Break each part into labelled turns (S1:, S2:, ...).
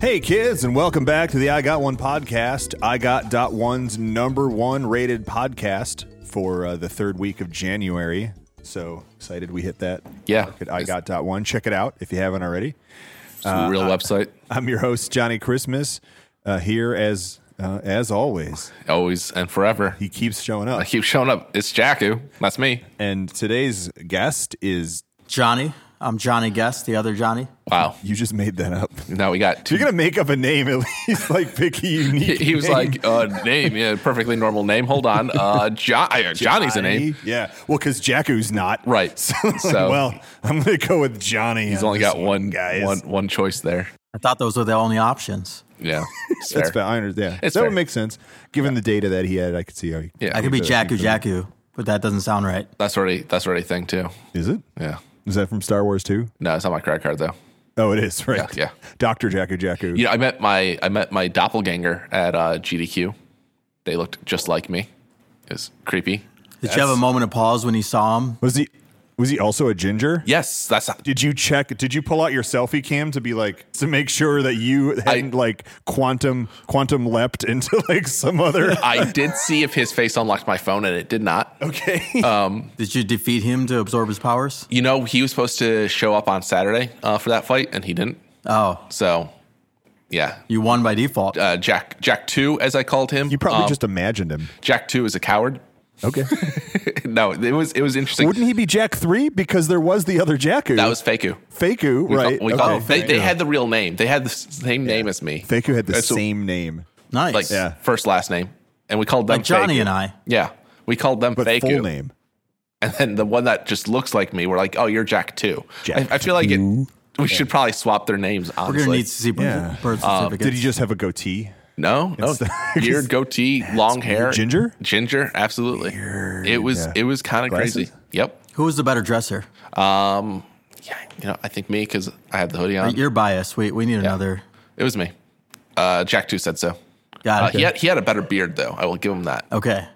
S1: Hey, kids, and welcome back to the I Got One podcast. I Got Dot One's number one rated podcast for uh, the third week of January. So excited we hit that.
S2: Yeah.
S1: mark at I Got Dot One. Check it out if you haven't already.
S2: It's a
S1: Uh,
S2: real website.
S1: I'm your host Johnny Christmas uh, here as uh, as always.
S2: Always and forever.
S1: He keeps showing up,
S2: I keep showing up. It's Jakku. That's me.
S1: and today's guest is.
S3: Johnny. I'm Johnny Guest, the other Johnny.
S2: Wow.
S1: You just made that up.
S2: Now we got
S1: You're
S2: two.
S1: gonna make up a name at least, like picky
S2: He
S1: unique.
S2: he was
S1: name.
S2: like, uh, name. Yeah, perfectly normal name. Hold on. Uh, jo- uh, Johnny's a name.
S1: Yeah. Well, because Jakku's not.
S2: Right.
S1: So,
S2: So-
S1: well, I'm going to go with Johnny.
S2: He's only got one, one, one choice there.
S3: I thought those were the only options.
S2: Yeah. It's
S1: That's fair.
S2: fair.
S1: I understand.
S2: It's
S1: that
S2: fair.
S1: would make sense. Given the data that he had, I could see how he.
S2: Yeah.
S3: I could be
S1: so I
S3: Jakku Jakku, but that doesn't sound right.
S2: That's already, that's already a thing too.
S1: Is it?
S2: Yeah.
S1: Is that from Star Wars 2?
S2: No, it's not my credit card though.
S1: Oh, it is, right?
S2: Yeah, yeah.
S1: Dr. Jakku Jakku.
S2: You know, I met my, I met my doppelganger at uh, GDQ. They looked just like me. It was creepy.
S3: Did you have a moment of pause when you saw him?
S1: Was he was he also a ginger?
S2: Yes. That's,
S1: Did you check? Did you pull out your selfie cam to be like to make sure that you hadn't like quantum quantum leapt into like some other?
S2: I did see if his face unlocked my phone and it did not.
S1: okay.
S2: Uh,
S3: Did you defeat him to absorb his powers?
S2: You know, he was supposed to show up on Saturday uh, for that fight, and he didn't.
S3: Oh,
S2: So, yeah,
S3: you won by default.
S2: uh, Jack Jack Two, as I called him.
S1: you probably
S2: Um,
S1: just imagined him.
S2: Jack Two is a coward.
S1: Okay.
S2: no, it was it was interesting.
S1: Wouldn't he be Jack Three because there was the other Jakku?
S2: that was Faku.
S1: Faku,
S2: We call-
S1: right?
S2: we call-
S1: Okay.
S2: they, they had the real name. They had the s- same name as me.
S1: Faku had the
S2: That's a-
S1: same name,
S3: nice.
S2: like
S1: Yeah.
S2: first last name, and we called them
S3: Like Johnny
S2: Faku.
S3: and I.
S2: Yeah, we called them
S1: but
S2: Faku.
S1: full name.
S2: and then the one that just looks like me, we're like, oh, you're Jack Two.
S1: Jack
S2: I, I feel like it, we should probably swap their names.
S3: We're
S2: Honestly,
S3: going to need to see
S1: Yeah.
S3: birth certificates.
S2: Uh,
S1: Did he just have a goatee?
S2: No, no.
S1: It's the-
S2: Beard, goatee, long hair,
S1: weird. Ginger?
S2: ginger. Absolutely. It was
S1: yeah.
S2: it was kind of
S1: Glasses?
S2: crazy. Yep.
S3: Who was the better dresser?
S2: Um. Yeah. You know, I think me because I had the hoodie on.
S3: You're biased. We, we need another.
S2: It was me. Uh, Jack Two said so. Uh,
S3: Got it.
S2: he had he had a better beard though. I will give him that.
S3: Okay.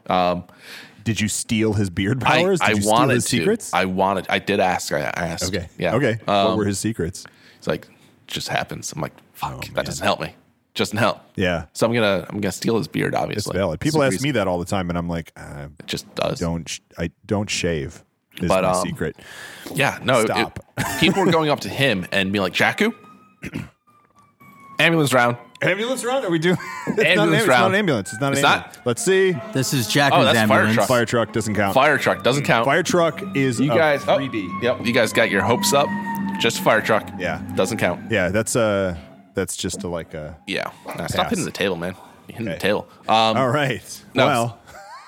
S1: Did you steal his beard
S2: I,
S1: powers? Did
S2: I
S1: you steal
S2: wanted
S1: his
S2: to.
S1: secrets?
S2: I wanted. I did ask. I I asked.
S1: okay.
S2: Yeah.
S1: Okay. what
S2: Um,
S1: were his secrets?
S2: it's like just happens. I'm like, fuck.
S1: Oh, man.
S2: that doesn't help me. Doesn't help.
S1: Yeah.
S2: So I'm gonna I'm gonna steal his beard.
S1: It's
S2: Obviously,
S1: valid. People ask
S2: Secrets-
S1: me that all the time, and I'm like, I
S2: It just does.
S1: don't. sh- I don't shave. Is
S2: But,
S1: my
S2: um,
S1: secret.
S2: Yeah, no. it-
S1: Stop.
S2: it- people were going up to him and being like, Jakku, ambulance round.
S1: Ambulance round? Are we doing? it's, not an,
S2: Ambulance
S1: ambulance. it's not
S2: round.
S1: an ambulance. It's not an
S2: It's not?
S1: ambulance. Let's see.
S3: this is Jakku's
S2: Oh, that's fire
S3: ambulance.
S2: truck.
S1: Fire truck doesn't count.
S2: Fire truck doesn't count.
S1: Fire truck is
S2: you
S1: a
S2: guys, oh,
S1: freebie.
S2: yep. You guys got your hopes up. Just fire truck.
S1: Yeah.
S2: doesn't count.
S1: Yeah, that's uh that's just a, like a.
S2: Yeah. Nah, stop
S1: Pass. Oh.
S2: hitting the table, man. You're hitting
S1: Okay.
S2: the table. Um,
S1: All right.
S2: No,
S1: well,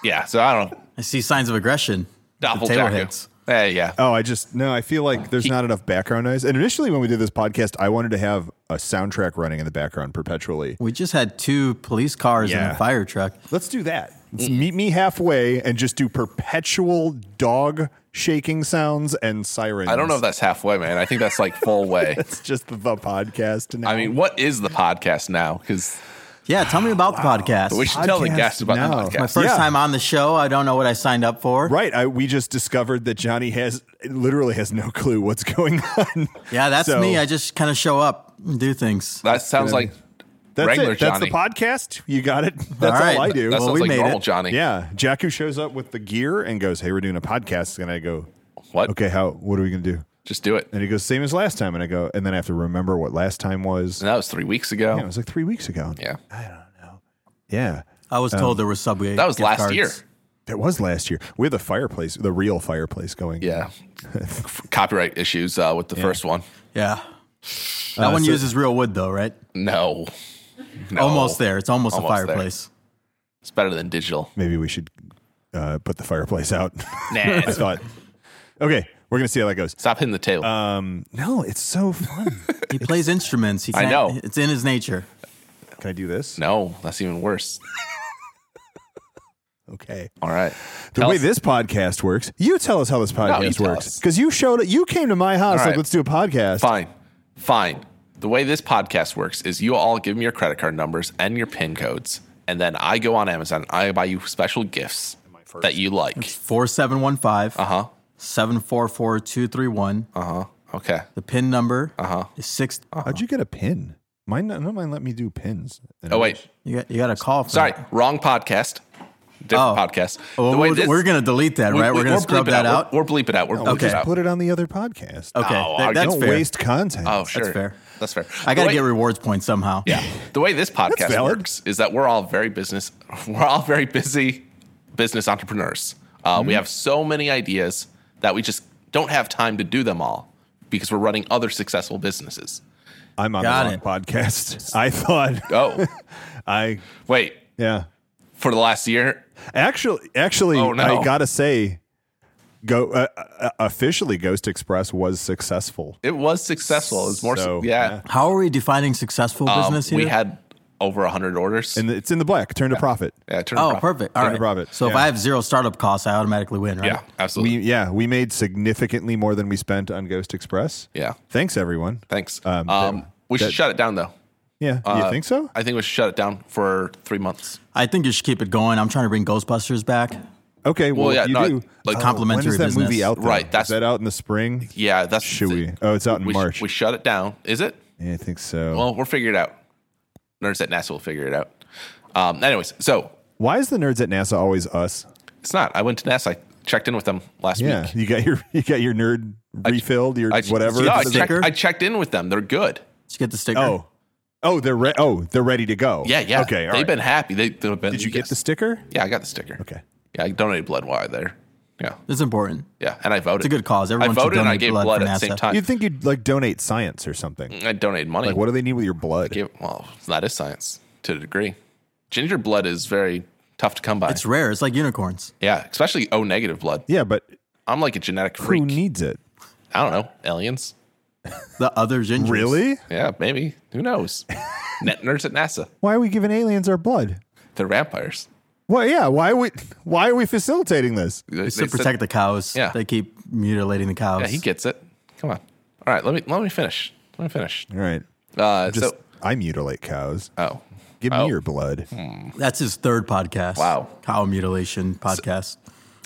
S2: yeah. So I don't know.
S3: I see signs of aggression.
S2: Doppel
S3: table
S2: Jakku.
S3: hits.
S2: Hey, yeah.
S1: Oh, I just no. I feel like there's not enough background noise. And initially, when we did this podcast, I wanted to have a soundtrack running in the background perpetually.
S3: We just had two police cars and
S1: Yeah.
S3: a fire truck.
S1: Let's do that. Let's meet me halfway and just do perpetual dog shaking sounds and sirens.
S2: I don't know if that's halfway, man. I think that's like full way.
S1: that's just the podcast. Now.
S2: I mean, what is the podcast now? Because
S3: Yeah, tell me about the podcast.
S2: we should tell the
S1: Podcast
S2: guests about
S1: now.
S2: the podcast.
S3: My first
S1: Yeah.
S3: time on the show. I don't know what I signed up for.
S1: right? I, we just discovered that Johnny has literally has no clue what's going on.
S3: Yeah, that's
S1: So,
S3: me. I just kind of show up and do things.
S2: that sounds like
S1: that's
S2: regular
S1: it. That's
S2: Johnny.
S1: the podcast. You got it. That's all,
S3: All right.
S1: I do.
S2: That
S3: Well,
S2: sounds
S3: we
S2: like
S3: made
S2: normal
S3: it.
S2: Johnny.
S1: yeah, Jakku shows up with the gear and goes, "Hey, we're doing a podcast," and I go.
S2: What?
S1: Okay, how? What are we gonna do?
S2: Just do it.
S1: And he goes, same as last time. And I go, and then I have to remember what last time was.
S2: And that was three weeks ago.
S1: Yeah, it was like three weeks ago.
S2: Yeah.
S1: I don't know. Yeah.
S3: I was
S1: Um,
S3: told there was Subway.
S2: That was
S3: gift
S2: last
S3: cards.
S2: year.
S1: That was last year. We had the fireplace, the real fireplace going.
S2: Yeah. Copyright issues uh, with the first one.
S3: Yeah. That one
S1: Uh, so-
S3: uses real wood, though, right?
S2: No. No.
S3: Almost there. It's almost,
S2: Almost
S3: a
S2: there.
S3: fireplace.
S2: It's better than digital.
S1: Maybe we should uh, put the fireplace out.
S2: Nah.
S1: I
S2: it's-
S1: thought. Okay, we're gonna see how that goes.
S2: Stop hitting the table.
S1: No, it's so fun.
S3: He plays instruments. He
S2: I
S3: can't-
S2: know.
S3: It's in his nature.
S1: Can I do this?
S2: no, that's even worse.
S1: Okay.
S2: All right.
S1: The
S2: Tell
S1: way
S2: us-
S1: this podcast works, you tell us how this podcast
S2: tell
S1: works
S2: us.
S1: because you showed it. You came to my house
S2: All
S1: like,
S2: right.
S1: let's do a podcast.
S2: Fine. Fine. The way this podcast works is you all give me your credit card numbers and your PIN codes, and then I go on Amazon. I buy you special gifts that you like.
S3: 4715
S2: Uh huh.
S3: 744 231.
S2: Uh huh. Okay.
S3: The PIN number uh-huh. is six.
S1: How'd you get a pin? Mine, none of mine let me do pins.
S2: Oh wait,
S3: You got you got a call. For
S2: sorry,
S3: that.
S2: wrong podcast.
S3: Oh.
S2: Different podcast.
S3: Well,
S2: The way
S3: we're,
S2: this-
S3: we're gonna delete that, right? We, are
S2: we-
S3: gonna
S2: we're
S3: scrub
S2: bleeping
S3: that out.
S2: We're, we're bleeping out. We're bleeping
S1: just
S2: out.
S1: put it on the other podcast.
S3: okay,
S2: Oh,
S3: that-
S2: I
S3: that's
S1: Don't
S3: fair.
S1: waste content.
S2: Oh, sure.
S3: fair.
S2: That's fair.
S3: I
S2: The
S3: gotta
S2: way-
S3: get rewards points somehow.
S2: Yeah. The way this podcast
S1: valid.
S2: works is that we're all very business. We're all very busy business entrepreneurs. Uh,
S1: Mm-hmm.
S2: We have so many ideas that we just don't have time to do them all because we're running other successful businesses.
S1: I'm on
S3: Got
S1: the wrong
S3: it.
S1: podcast. I thought
S2: Oh,
S1: I
S2: wait.
S1: yeah.
S2: For the last year,
S1: Actually, actually,
S2: Oh, no.
S1: I gotta say, go uh, uh, officially. Ghost Express was successful.
S2: it was successful. It's more so,
S1: So,
S2: yeah.
S3: How are we defining successful
S2: Um,
S3: business here?
S2: we had over 100 orders.
S1: and it's in the black. Turn to profit.
S2: yeah, turn
S3: oh,
S2: profit.
S3: perfect. All
S1: Turn
S3: right.
S1: to profit.
S3: So if
S1: Yeah.
S3: I have zero startup costs, I automatically win, right?
S2: Yeah, absolutely.
S1: We yeah, we made significantly more than we spent on Ghost Express.
S2: yeah.
S1: Thanks everyone.
S2: Thanks. Um,
S1: Um,
S2: we should
S1: that-
S2: shut it down, though.
S1: Yeah,
S2: Uh,
S1: you think so?
S2: I think we should shut it down for three months.
S3: I think you should keep it going. I'm trying to bring Ghostbusters back.
S1: Okay, well,
S2: Well, yeah,
S1: you
S2: no,
S1: do. Uh,
S2: like
S3: complimentary
S1: When is that
S3: business.
S1: movie out? Though?
S2: Right,
S1: Is
S2: that's-
S1: that out in the spring.
S2: Yeah, that's
S1: Should we? Oh, it's out in
S2: we,
S1: March.
S2: we shut it down. Is it?
S1: yeah, I think so.
S2: Well, we'll figure it out. Nerds at NASA will figure it out. Um, anyways, so
S1: Why is the nerds at NASA always us?
S2: it's not. I went to NASA. I checked in with them last
S1: Yeah,
S2: week.
S1: you got your you got your nerd refilled, your
S2: I,
S1: whatever.
S2: No, I,
S1: What is it?
S2: checked,
S3: Sticker?
S2: I checked in with them. They're good.
S3: Just get the sticker.
S1: oh, oh, they're re- oh they're ready to go.
S2: Yeah, yeah.
S1: Okay, all
S2: They've
S1: right.
S2: been happy. They, they've been.
S1: Did you get the
S2: yes.
S1: sticker?
S2: Yeah, I got the sticker.
S1: Okay.
S2: Yeah, I donated blood while I was there. Yeah,
S3: It's important.
S2: yeah. And I voted.
S3: It's a good cause. Everyone
S2: I
S3: should
S2: voted and I Mm.
S3: donate
S2: gave
S3: blood
S2: blood,
S3: for
S2: at the same
S3: NASA.
S2: time.
S1: You'd think you'd like donate science or something.
S2: I donated money.
S1: Like, what do they need with your blood?
S2: Gave- well, that is science to a degree. Ginger blood is very tough to come by.
S3: It's rare. It's like unicorns.
S2: yeah, especially O negative blood.
S1: Yeah, but
S2: I'm like a genetic freak.
S1: who needs it?
S2: I don't know. Aliens.
S3: The other gingers.
S1: Really?
S2: Yeah, maybe. Who knows? Net nerds at NASA.
S1: Why are we giving aliens our blood?
S2: They're vampires.
S1: Well, yeah. Why are we why are we facilitating this?
S2: They-
S3: It's
S2: they
S3: to
S2: said-
S3: protect the cows.
S2: Yeah.
S3: They keep mutilating the cows.
S2: yeah, he gets it. Come on. All right, let me let me finish. Let me finish.
S1: All right.
S2: Uh,
S1: Just
S2: so,
S1: I mutilate cows.
S2: oh,
S1: Give
S2: Oh.
S1: me your blood.
S3: That's his third podcast.
S2: Wow.
S3: Cow mutilation podcast.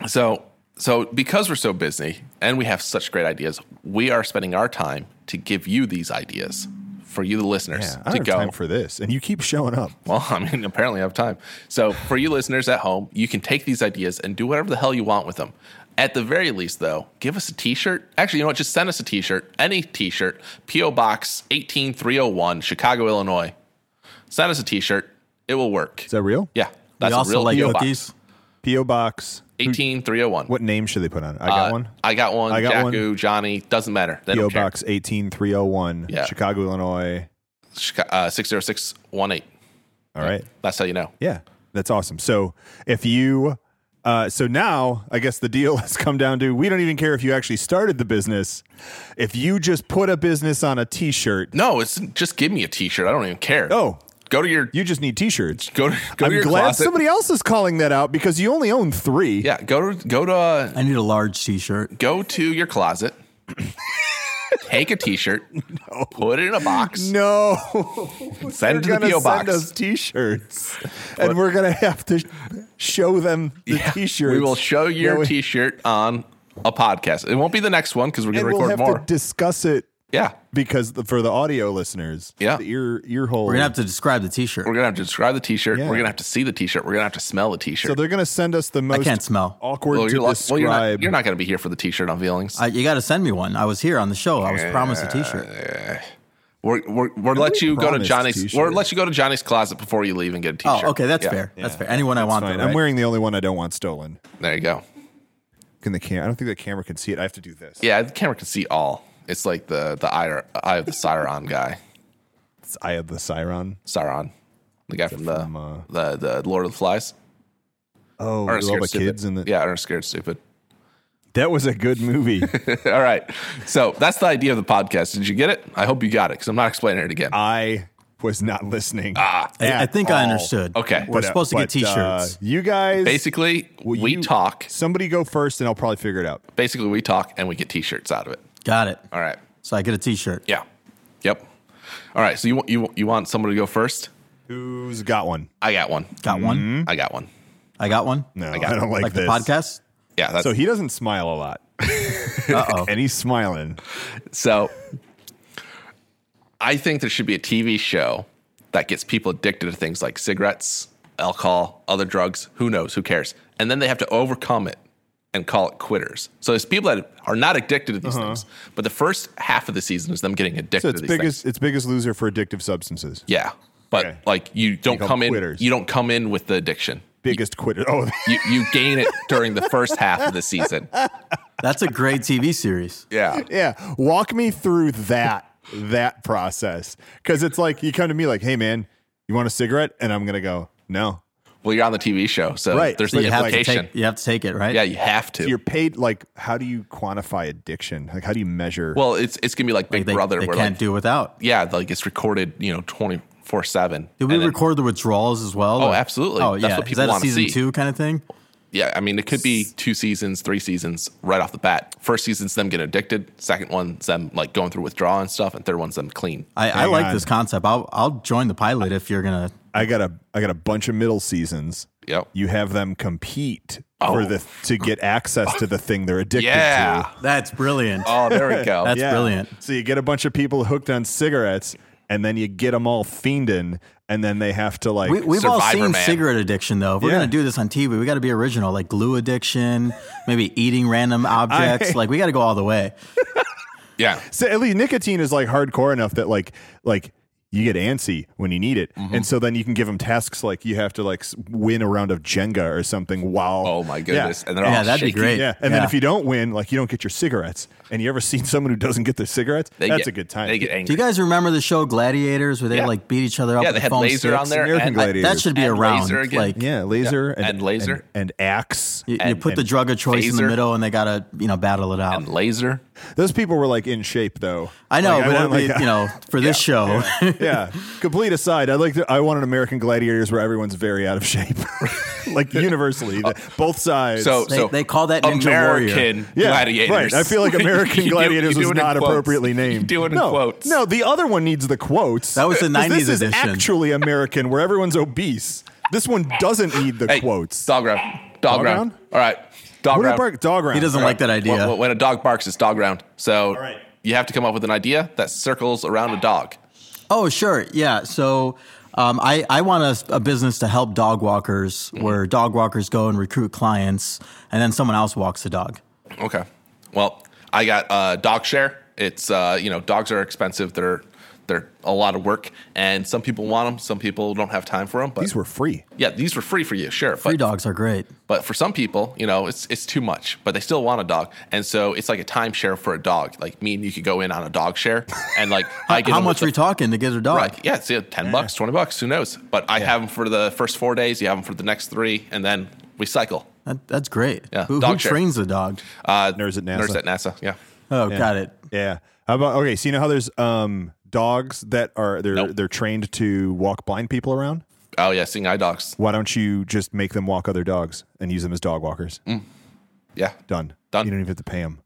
S2: so so because we're so busy and we have such great ideas, we are spending our time to give you these ideas for you, the listeners,
S1: Yeah, I
S2: to
S1: don't have
S2: go.
S1: time for this, and you keep showing up.
S2: Well, I mean, apparently I have time. So, for you listeners at home, you can take these ideas and do whatever the hell you want with them. At the very least, though, give us a t shirt. Actually, you know what? Just send us a t shirt, any t shirt, P.O. Box 18301, Chicago, Illinois. Send us a t shirt. It will work.
S1: Is that real?
S2: Yeah. That's
S3: we
S2: a
S3: also
S2: real
S3: like
S2: P.O.
S3: cookies.
S2: Box.
S1: PO box.
S2: 18301.
S1: What name should they put on? it? I got one.
S2: Uh, I got one.
S1: I got
S2: Jakku, Johnny, doesn't matter. They
S1: PO
S2: don't care.
S1: box eighteen three zero one,
S2: Yeah.
S1: Chicago, Illinois.
S2: Chica- uh, 60618.
S1: All right.
S2: That's how you know.
S1: Yeah, that's awesome. So if you, uh, so now I guess the deal has come down to we don't even care if you actually started the business. If you just put a business on a T-shirt,
S2: No, it's just give me a t shirt. I don't even care.
S1: oh,
S2: Go to your.
S1: you just need T-shirts.
S2: Go to, go to
S1: I'm
S2: your
S1: glad
S2: closet.
S1: somebody else is calling that out because you only own three.
S2: Yeah, go to go to uh,
S3: I need a large t shirt.
S2: go to your closet. take a t-shirt, put it in a box,
S1: No,
S2: send it to
S1: they're
S2: the
S1: gonna
S2: PO
S1: send
S2: box.
S1: us T-shirts, and we're gonna have to show them the
S2: Yeah,
S1: T-shirts.
S2: We will show your
S1: Yeah, we-
S2: t-shirt on a podcast. It won't be the next one because we're gonna
S1: and we'll have
S2: record more.
S1: to discuss it
S2: yeah,
S1: because the, for the audio listeners,
S2: Yeah.
S1: the ear ear hole.
S3: We're going to have to describe the t shirt.
S2: we're gonna have to describe the t-shirt.
S1: Yeah.
S2: We're gonna have to see the t-shirt. We're gonna have to smell the t-shirt.
S1: So they're going to send us the most
S3: can't smell.
S1: awkward
S2: well,
S1: to
S2: you're, lu- well,
S1: describe.
S2: you're not, you're not gonna be here for the t-shirt unveilings.
S3: I, you got to send me one. I was here on the show. I was promised a t shirt.
S2: we're we're, we're let
S1: we
S2: you go to
S1: promised
S2: Johnny's.
S1: t-shirt.
S2: We're let you go to Johnny's closet before you leave and get a t-shirt.
S3: Oh, okay. That's
S2: Yeah,
S3: fair. That's fair. Anyone I want,
S1: Fine,
S3: though,
S1: I'm
S3: right?
S1: wearing the only one I don't want stolen.
S2: There you go.
S1: Can the cam- I don't think the camera can see it. I have to do this.
S2: Yeah, the camera can see all. It's like the the eye, eye of the Sauron guy.
S1: It's Eye of the Siren.
S2: Sauron, the guy from, the,
S1: from, uh,
S2: the the Lord of the Flies.
S1: Oh, with
S2: Or
S1: all
S2: Scared
S1: the
S2: Stupid.
S1: kids and the-
S2: yeah, or scared stupid.
S1: that was a good movie.
S2: all right, so that's the idea of the podcast. Did you get it? I hope you got it because I'm not explaining it again.
S1: I was not listening.
S2: Ah.
S3: I, I think I understood.
S2: Okay.
S3: We're
S2: But, uh,
S3: supposed to get t shirts.
S1: you guys,
S2: basically,
S1: will
S2: we
S1: you-
S2: talk.
S1: Somebody go first, and I'll probably figure it out.
S2: Basically, we talk and we get T-shirts out of it.
S3: got it.
S2: All right.
S3: So I get a t shirt.
S2: Yeah. Yep. All right. So you want you want- you want somebody to go first?
S1: Who's got one?
S2: I got one.
S3: Got one.
S1: Hmm?
S2: I got one.
S3: I got one.
S1: No, I,
S2: I got
S1: don't like,
S3: Like
S1: this.
S3: the podcast.
S2: Yeah. That's,
S1: So he doesn't smile a lot,
S3: Uh oh.
S1: and he's smiling.
S2: So I think there should be a TV show that gets people addicted to things like cigarettes, alcohol, other drugs. Who knows? Who cares? And then they have to overcome it and call it quitters. So there's people that are not addicted to these things, but the first half of the season is them getting addicted
S1: Uh-huh. So
S2: to
S1: it's
S2: these things.
S1: biggest it's biggest loser for addictive substances.
S2: Yeah, but
S1: Okay.
S2: like you don't
S1: call
S2: come in.
S1: quitters.
S2: You don't come in with the addiction.
S1: Biggest quitter. Oh,
S2: You you gain it during the first half of the season.
S3: That's a great TV series.
S2: Yeah.
S1: yeah. Walk me through that that process because it's like you come to me like, hey man, you want a cigarette? And I'm gonna go no.
S2: Well, you're on the TV show, so
S1: Right.
S2: there's
S1: So
S2: the
S1: you have to
S3: Take-
S2: implication.
S3: you have to take it, right?
S2: yeah, you have to.
S1: You're paid like how do you quantify addiction? Like how do you measure?
S2: well, it's it's gonna be like Big
S3: Like, they,
S2: Brother,
S3: they
S2: where
S3: can't
S2: like
S3: do without.
S2: yeah, like it's recorded, you know, twenty four seven.
S3: Did we record the withdrawals as well?
S2: Oh,
S3: Or-
S2: absolutely.
S3: Oh,
S2: That's
S3: yeah.
S2: what
S3: Is
S2: people
S3: that a
S2: wanna
S3: season
S2: see.
S3: two kind of thing?
S2: Yeah, I mean, it could be two seasons, three seasons right off the bat. First season's them getting addicted. Second one's them like going through withdrawal and stuff, and third one's them clean.
S3: I, I
S1: Hang
S3: like
S1: on.
S3: this concept. I'll I'll join the pilot if you're gonna.
S1: I got a I got a bunch of middle seasons.
S2: Yep.
S1: You have them compete
S2: Oh.
S1: for the to get access to the thing they're addicted
S2: Yeah.
S1: to.
S3: That's brilliant.
S2: Oh, there we go.
S3: That's brilliant.
S1: So you get a bunch of people hooked on cigarettes, and then you get them all fiending, and then they have to like.
S3: We, we've all
S2: Survivor
S3: seen
S2: Man.
S3: cigarette addiction, though. If we're
S1: Yeah.
S3: gonna do this on TV, we got to be original, like glue addiction, maybe eating random objects. like we got to go all the way.
S2: yeah.
S1: so at least nicotine is like hardcore enough that like like you get antsy when you need it,
S2: Mm-hmm.
S1: and so then you can give them tasks like you have to like s- win a round of Jenga or something. Wow.
S2: Oh my
S1: Yeah.
S2: goodness. And they're
S3: Yeah,
S2: all
S3: that'd be
S2: shaky.
S3: great.
S1: Yeah, and then
S3: Yeah.
S1: if you don't win, like you don't get your cigarettes. And you ever seen someone who doesn't get their cigarettes?
S2: They
S1: That's
S2: get-
S1: a good time.
S2: They get
S3: Do
S2: angry.
S3: you guys remember the show Gladiators, where they
S2: Yeah.
S3: like beat each other up?
S2: Yeah,
S3: with
S2: they
S3: the
S2: had
S3: foam
S2: laser on
S3: sticks?
S2: there.
S1: American
S2: and-
S1: Gladiator.
S3: That should be
S2: And
S3: around.
S2: laser again.
S3: Like
S1: Yeah, laser
S2: Yeah, and laser.
S1: and, and axe.
S3: you, you
S2: and-
S3: put the drug of choice in the
S2: phaser.
S3: middle, and they gotta you know battle it out.
S2: and laser.
S1: Those people were like in shape though.
S3: I know,
S1: Like,
S3: but
S1: want,
S3: it'd be,
S1: like,
S3: you know, for this show,
S1: yeah. Complete aside, I like. To, I want an American Gladiators where everyone's very out of shape, like universally, the- both sides.
S2: So
S3: They-
S2: so
S3: they call that Ninja
S2: American
S3: Warrior.
S1: Yeah,
S2: gladiators.
S1: right. I feel like American
S2: You do-
S1: Gladiators
S2: you
S1: was
S2: do it in
S1: not
S2: quotes.
S1: appropriately named.
S2: You do it in
S1: no,
S2: quotes.
S1: No, the other one needs the quotes. Uh,
S3: That was the
S1: 'Cause
S3: 90s
S1: This is
S3: edition.
S1: actually American, where everyone's obese. This one doesn't need the
S2: Hey,
S1: quotes.
S2: Dog round. Dog,
S1: Dog
S2: round.
S1: round?
S2: All right. Dog
S1: What
S2: round.
S1: did Bark dog round?
S3: he doesn't like that idea.
S2: When, when a dog barks, it's dog round. So
S1: right.
S2: you have to come up with an idea that circles around a dog.
S3: Oh, sure. Yeah. So um, I, I want a, s- a business to help dog walkers
S2: Mm-hmm.
S3: where dog walkers go and recruit clients and then someone else walks the dog.
S2: Okay. Well, I got uh, dog share. It's uh, you know dogs are expensive. They're they're a lot of work, and some people want them. Some people don't have time for them. But
S1: These were free.
S2: yeah, these were free for you, sure.
S3: Free
S2: but
S3: dogs are great.
S2: But for some people, you know, it's it's too much, but they still want a dog, and so it's like a timeshare for a dog. Like me and you could go in on a dog share, and like I get
S3: How
S2: them with
S3: much are
S2: the-
S3: we talking to get a dog?
S2: Right. Yeah, it's yeah, ten bucks, twenty bucks, who knows? But I have them for the first four days. You have them for the next three, and then we cycle.
S3: That, that's great.
S2: Yeah,
S3: Who, who
S2: dog share.
S3: trains the dog?
S2: Uh,
S1: Nerds at NASA.
S2: Nurse at NASA. Yeah.
S3: Oh, got it.
S1: Yeah. How about okay? So you know how there's um dogs that are they're
S2: Nope.
S1: they're trained to walk blind people around.
S2: Oh yeah, seeing eye dogs.
S1: Why don't you just make them walk other dogs and use them as dog walkers?
S2: Yeah,
S1: Done.
S2: Mm. Done.
S1: You don't even have to pay them.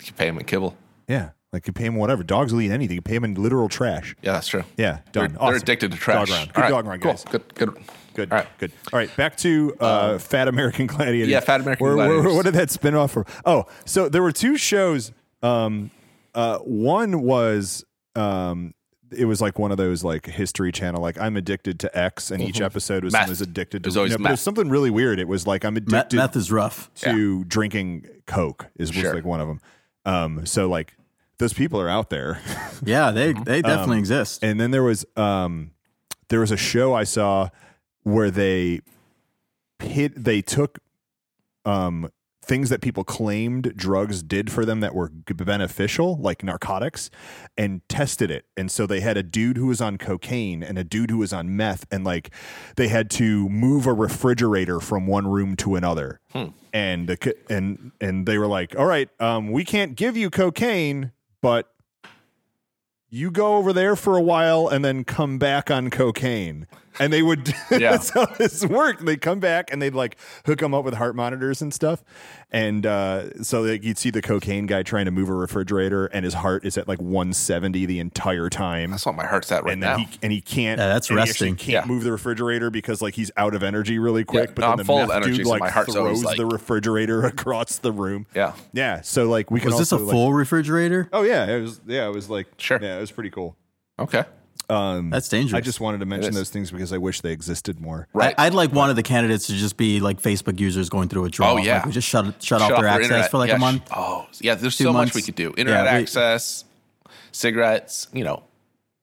S2: you can pay them in kibble.
S1: Yeah. Like you pay them whatever. Dogs will eat anything. You pay them in literal trash.
S2: Yeah, that's true.
S1: Yeah.
S2: They're,
S1: Done.
S2: they're
S1: Awesome.
S2: addicted to trash.
S1: Dog round. Good
S2: All right,
S1: dog round,
S2: cool.
S1: guys.
S2: Good. Good.
S1: Good.
S2: All right. Um,
S1: Good. All right. Back to uh, Fat American Gladiators.
S2: Yeah, Fat American
S1: Where- where-
S2: Gladiators.
S1: what did that spin off from? Oh, so there were two shows. Um, uh, one was um, it was like one of those like History Channel, like I'm addicted to X, and each episode was
S2: Mm-hmm. Meth.
S1: someone's addicted to.
S2: It was always
S1: no, but it was
S2: meth.
S1: something really weird. It was like I'm
S3: Me-
S1: addicted
S3: meth is rough.
S1: to drinking Coke. Is was
S2: Sure.
S1: like one of them. Um, so like those people are out there.
S3: Yeah, they, they definitely exist.
S1: And then there was um there was a show I saw where they hit they took um things that people claimed drugs did for them that were g- beneficial like narcotics and tested it and so they had a dude who was on cocaine and a dude who was on meth and like they had to move a refrigerator from one room to another and the, co- and and they were like all right um we can't give you cocaine but you go over there for a while and then come back on cocaine. And they would,
S2: Yeah.
S1: that's how this worked. They'd come back and they'd like hook them up with heart monitors and stuff. And uh, so like, you'd see the cocaine guy trying to move a refrigerator and his heart is at like 170 the entire time.
S2: That's what my heart's at right
S1: And
S2: now.
S1: then he and he can't.
S3: Yeah, that's
S1: and he actually
S3: resting.
S1: Can't
S2: Yeah.
S1: move the refrigerator because like he's out of energy really quick.
S2: Yeah,
S1: but
S2: no,
S1: then
S2: I'm
S1: the
S2: full of
S1: meth
S2: energy,
S1: dude
S2: so
S1: like
S2: my heart's always,
S1: throws
S2: like-
S1: the refrigerator across the room.
S2: Yeah.
S1: yeah. So like we can.
S3: Was this a
S1: also, like-
S3: full refrigerator?
S1: Oh yeah, it was. Yeah, it was like.
S2: Sure.
S1: Yeah, it was pretty cool.
S2: Okay.
S1: Um,
S3: That's dangerous.
S1: I just wanted to mention
S2: is.
S1: those things because I wish they existed more.
S2: Right.
S3: I, would like one of the candidates to just be like Facebook users going through a draw.
S2: Oh, yeah.
S3: Like, we just shut shut, off
S2: Shut
S3: their
S2: off
S3: access
S2: your internet.
S3: for like
S2: Yeah,
S3: a
S2: sh-
S3: month.
S2: Oh, yeah. There's
S3: two
S2: so
S3: months.
S2: much we could do. Internet
S3: Yeah, we-
S2: access, cigarettes. You know,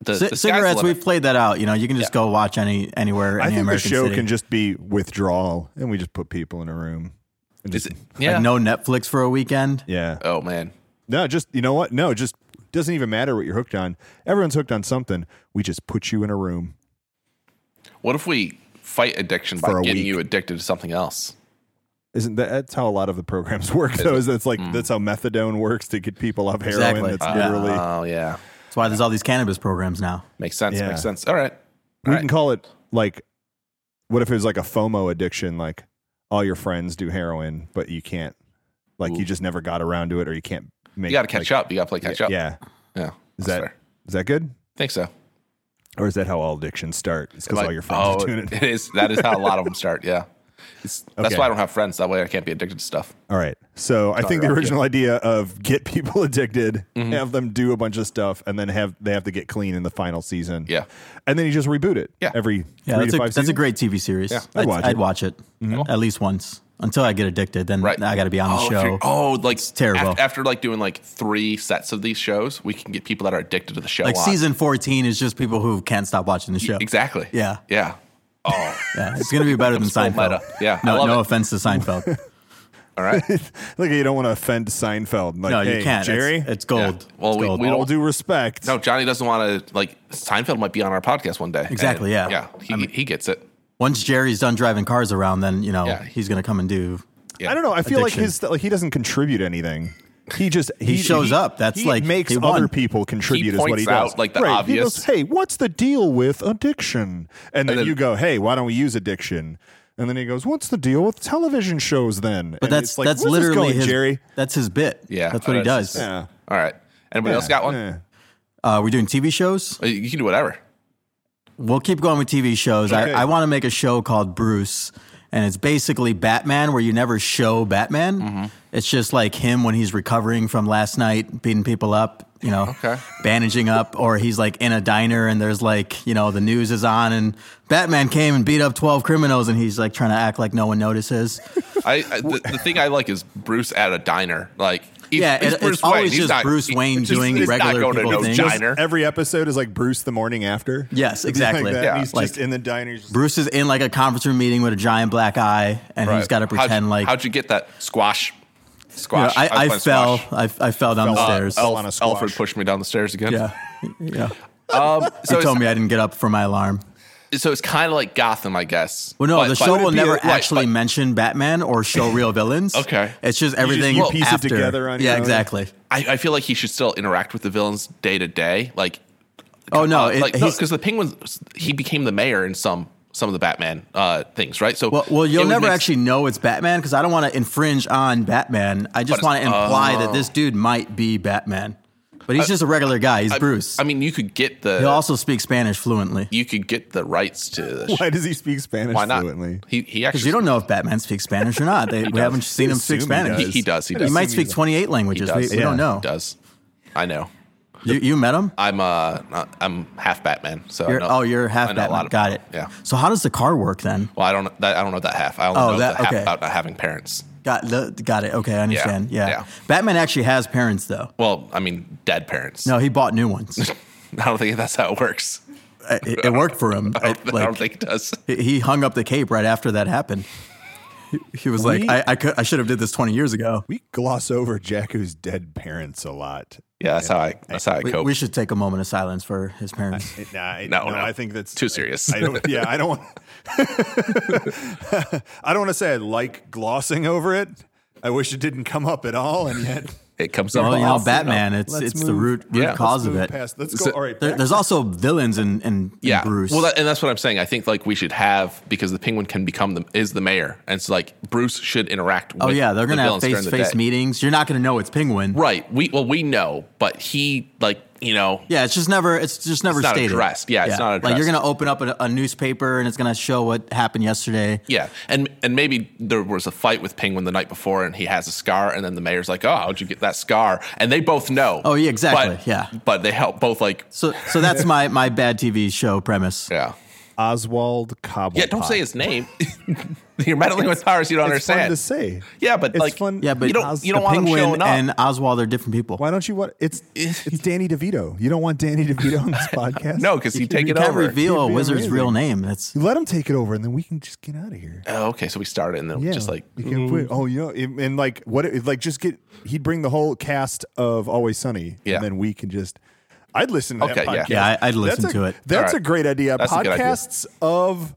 S2: the,
S3: Ci-
S2: the sky's the
S3: cigarettes,
S2: limit.
S3: we've played that out. You know, you can just go watch any anywhere. Any
S1: I think the
S3: American
S1: show
S3: city.
S1: can just be withdrawal, and we just put people in a room. And
S2: Is
S1: just,
S2: it? Yeah.
S3: like no Netflix for a weekend.
S1: yeah.
S2: Oh man.
S1: No, just you know what? No, just doesn't even matter what you're hooked on. Everyone's hooked on something. We just put you in a room.
S2: What if we fight addiction
S1: For
S2: by
S1: a
S2: getting
S1: week.
S2: you addicted to something else?
S1: Isn't that that's how a lot of the programs work though? Is that's like
S2: Hmm.
S1: that's how methadone works to get people off heroin.
S3: Exactly.
S1: That's
S3: Ah.
S1: literally
S2: Oh yeah.
S3: That's why there's all these cannabis programs now.
S2: Makes sense.
S1: Yeah.
S2: Makes sense. All right.
S1: we
S2: Right.
S1: can call it like what if it was like a FOMO addiction, like all your friends do heroin, but you can't like you just never got around to it or you can't make
S2: You got to catch up. You got to play catch up.
S1: Yeah.
S2: Yeah.
S1: Is
S2: That's
S1: that is
S2: fair.
S1: that good?
S2: think so.
S1: Or is that how all addictions start? It's because
S2: Like,
S1: all your friends
S2: oh,
S1: are doing it.
S2: It is. That is how a lot of them start. Yeah. It's, That's
S1: Okay.
S2: why I don't have friends. That way I can't be addicted to stuff.
S1: All right. So I think the
S2: rocket.
S1: original idea of get people addicted,
S2: Mm-hmm.
S1: have them do a bunch of stuff, and then have they have to get clean in the final season.
S2: Yeah.
S1: And then you just reboot it.
S2: Yeah.
S1: Every
S3: Yeah,
S1: three
S3: that's
S1: to
S3: a,
S1: five
S3: that's
S1: seasons.
S3: a great TV series.
S1: I'd watch
S3: I'd
S1: it.
S3: watch it at least once until I get addicted. Then
S2: Right.
S3: I got to be on the
S2: Oh, if
S3: show.
S2: you're- oh, like
S3: terrible.
S2: After, after like doing like three sets of these shows, we can get people that are addicted to the show.
S3: like
S2: on.
S3: season 14 is just people who can't stop watching the show.
S2: Exactly.
S3: Yeah.
S2: Yeah. Oh,
S3: Yeah, it's going to be better than
S2: so
S3: Seinfeld.
S2: meta. Yeah, I
S3: No,
S2: love
S3: no
S2: it.
S3: offense to Seinfeld.
S2: all right.
S1: Like you don't want to offend Seinfeld. Like,
S3: No,
S1: hey,
S3: you can't. It's-
S1: Jerry.
S3: it's, gold.
S2: Yeah. Well,
S3: It's
S2: we-
S3: gold.
S2: we
S1: all
S2: don't-
S1: due respect.
S2: No, Johnny doesn't want to like Seinfeld might be on our podcast one day.
S3: Exactly,
S2: And,
S3: yeah.
S2: Yeah. He, he gets it.
S3: Once Jerry's done driving cars around, then you know
S2: Yeah.
S3: he's going to come and do.
S1: I don't know. I feel
S3: Addiction.
S1: like his like he doesn't contribute anything. He just he,
S3: shows up. That's
S1: he
S3: like-
S1: makes
S3: he won.
S1: other people contribute. is what
S2: points
S1: he does.
S2: out, like, the
S1: Right.
S2: obvious.
S1: He goes, hey, what's the deal with addiction? And then,
S2: then-
S1: you go, hey, why don't we use addiction? And then he goes, what's the deal with television shows then?
S3: But that's that's literally his
S1: Jerry.
S3: That's his bit.
S2: Yeah.
S3: that's what he
S2: That's-
S3: does.
S1: Yeah.
S2: All right. Anybody else got one?
S1: Yeah.
S3: Uh, we're doing TV shows.
S2: Uh, You can do whatever.
S3: We'll keep going with TV shows.
S1: Okay.
S3: I, I want to make a show called Bruce, and it's basically Batman, where you never show Batman.
S2: Mm-hmm.
S3: It's just like him when he's recovering from last night, beating people up, you know,
S2: Okay.
S3: bandaging up, or he's like in a diner and there's like, you know, the news is on, and Batman came and beat up 12 criminals, and he's like trying to act like no one notices.
S2: I, I the, the thing I like is Bruce at a diner. Like he's,
S3: Yeah,
S2: he's
S3: it- it's always just Bruce Wayne
S2: he's
S3: doing
S2: he's
S3: regular
S2: not going
S3: people
S2: to no
S3: things.
S1: Just
S2: diner.
S1: every episode is like Bruce the morning after.
S3: Yes,
S1: Something
S3: exactly.
S1: Like that.
S2: Yeah.
S1: He's
S3: Like-
S1: just in the diner. he's just-
S3: Bruce is in like a conference room meeting with a giant black eye, and
S2: Right.
S3: he's got to
S2: How'd you-
S3: pretend like
S2: how'd you get that squash?
S3: you know,
S2: Squash.
S3: I, I,
S2: was playing
S3: fell,
S2: squash.
S3: I, I fell down the
S1: Uh,
S3: stairs.
S1: oh.
S2: Alf-
S1: on a squash.
S2: Alfred pushed me down the stairs again.
S3: Yeah, yeah.
S2: Um, so
S3: he
S2: it's,
S3: told me I didn't get up for my alarm.
S2: so it's kind of like Gotham, I guess.
S3: Well, no,
S2: But-
S3: the
S2: but-
S3: show will
S2: but-
S3: never
S2: right,
S3: actually
S2: but-
S3: mention Batman or show real villains.
S2: Okay.
S3: it's just everything
S1: you piece it
S3: after.
S1: together on your
S3: yeah,
S1: own.
S3: exactly.
S2: I, I feel like he should still interact with the villains day to day. Like,
S3: Oh no,
S2: uh,
S3: it,
S2: like
S3: he's-
S2: because the Penguin, he became the mayor in some some of the Batman uh, things, right? So
S3: well, well,
S2: it
S3: you'll
S2: would
S3: never
S2: make-
S3: actually know it's Batman because I don't want to infringe on Batman. I just
S2: But-
S3: want to imply that this dude might be Batman, but he's just a regular guy. He's Bruce.
S2: I mean, you could get the
S3: He'll also speak Spanish fluently
S2: you could get the rights to the sh-
S1: Why does he speak Spanish
S2: why not?
S1: fluently?
S2: He he
S3: because you
S2: actually
S3: don't know if Batman speaks Spanish or not. They, we haven't seen him speak
S1: Assume
S3: Spanish.
S2: He- he does, he does.
S3: He might
S1: Assume
S3: speak
S1: does.
S3: twenty eight languages.
S2: does.
S3: We, we don't
S1: Yeah.
S3: know.
S2: does. I know.
S3: You, you met him?
S2: I'm uh not- I'm half Batman, so I
S3: You're,
S2: know,
S3: oh, you're half
S2: I know a
S3: Batman.
S2: lot of-
S3: Got it.
S2: Yeah.
S3: So how does the car work then?
S2: Well, I don't that, I don't know that half. I only
S3: Oh,
S2: know the
S3: that-
S2: half
S3: okay.
S2: about not having parents.
S3: Got the, got it. Okay, I understand. Yeah,
S2: yeah.
S3: Batman actually has parents though.
S2: Well, I mean, dead parents.
S3: No, he bought new ones. it,
S2: I don't think that's how it works.
S3: it it worked for him.
S2: I don't, I
S3: It, Oh, like
S2: don't think it does.
S3: he- he hung up the cape right after that happened. He, he was like,
S1: We-
S3: I I, could, I should have did this twenty years ago.
S1: We gloss over Jakku's dead parents a lot.
S2: Yeah, that's how I that's how I
S3: We,
S2: cope.
S3: we should take a moment of silence for his parents.
S1: It- Nah, I,
S2: No,
S1: no,
S2: no.
S1: I think that's
S2: Too serious.
S1: I, don't, yeah, I don't want. I don't want to say I like glossing over it. I wish it didn't come up at all, and yet
S2: it comes up.
S3: well, you know,
S2: off.
S3: Batman. It's
S1: Let's
S3: it's the
S1: move-
S3: root root
S2: Yeah, let's
S3: cause of
S1: move
S3: it.
S1: past. Let's
S2: So-
S1: go. All right,
S3: There,
S1: back-
S3: there's also villains in, in, in
S2: yeah.
S3: Bruce.
S2: Well, that, and that's what I'm saying. I think like we should have because the Penguin can become the is the mayor, and it's like Bruce should interact.
S3: oh
S2: with
S3: yeah, they're
S2: the
S3: gonna
S2: villains
S3: have
S2: during
S3: face
S2: the
S3: to face
S2: day.
S3: meetings. You're not gonna know it's Penguin.
S2: Right. We well we know, but he like you know,
S3: Yeah, it's just never. It's just never
S2: It's not
S3: stated.
S2: addressed. Yeah, it's not
S3: Like you're
S2: addressed.
S3: gonna open up a, a newspaper and it's gonna show what happened yesterday.
S2: yeah, and and maybe there was a fight with Penguin the night before, and he has a scar, and then the mayor's like, "Oh, how'd you get that scar?" And they both know.
S3: Oh, yeah, exactly,
S2: But-
S3: yeah.
S2: but they help both like,
S3: So, so that's my my bad TV show premise.
S2: yeah,
S1: Oswald Cobblepot.
S2: yeah. Don't say his name. You're meddling with powers you don't
S1: It's fun to
S2: understand.
S1: say.
S2: Yeah, but
S1: It's
S2: like,
S1: fun-
S3: Yeah, but
S2: you don't
S1: Os-
S2: you don't
S3: the
S2: want him
S3: penguin
S2: showing up.
S3: and Oswald are different people.
S1: Why don't you want it's it's Danny DeVito? You don't want Danny DeVito on this podcast?
S2: no, because he take
S3: you
S2: it
S3: can't
S2: over.
S3: reveal
S1: It'd
S3: a
S1: be
S3: wizard's
S1: amazing.
S3: real name. That's
S1: let him take it over, and then we can just get out of here.
S2: Oh, okay, so we start it and then
S1: Yeah,
S2: just like
S1: you can put, oh, you know, and and, like what? it- Like just get he'd bring the whole cast of Always Sunny,
S2: Yeah.
S1: and then we can just. I'd listen to that
S2: Okay, yeah.
S1: podcast.
S3: Yeah, I- I'd listen
S1: That's a-
S3: to it.
S1: That's
S2: All
S1: a
S2: right.
S1: great idea.
S2: That's a good idea.
S1: Podcasts of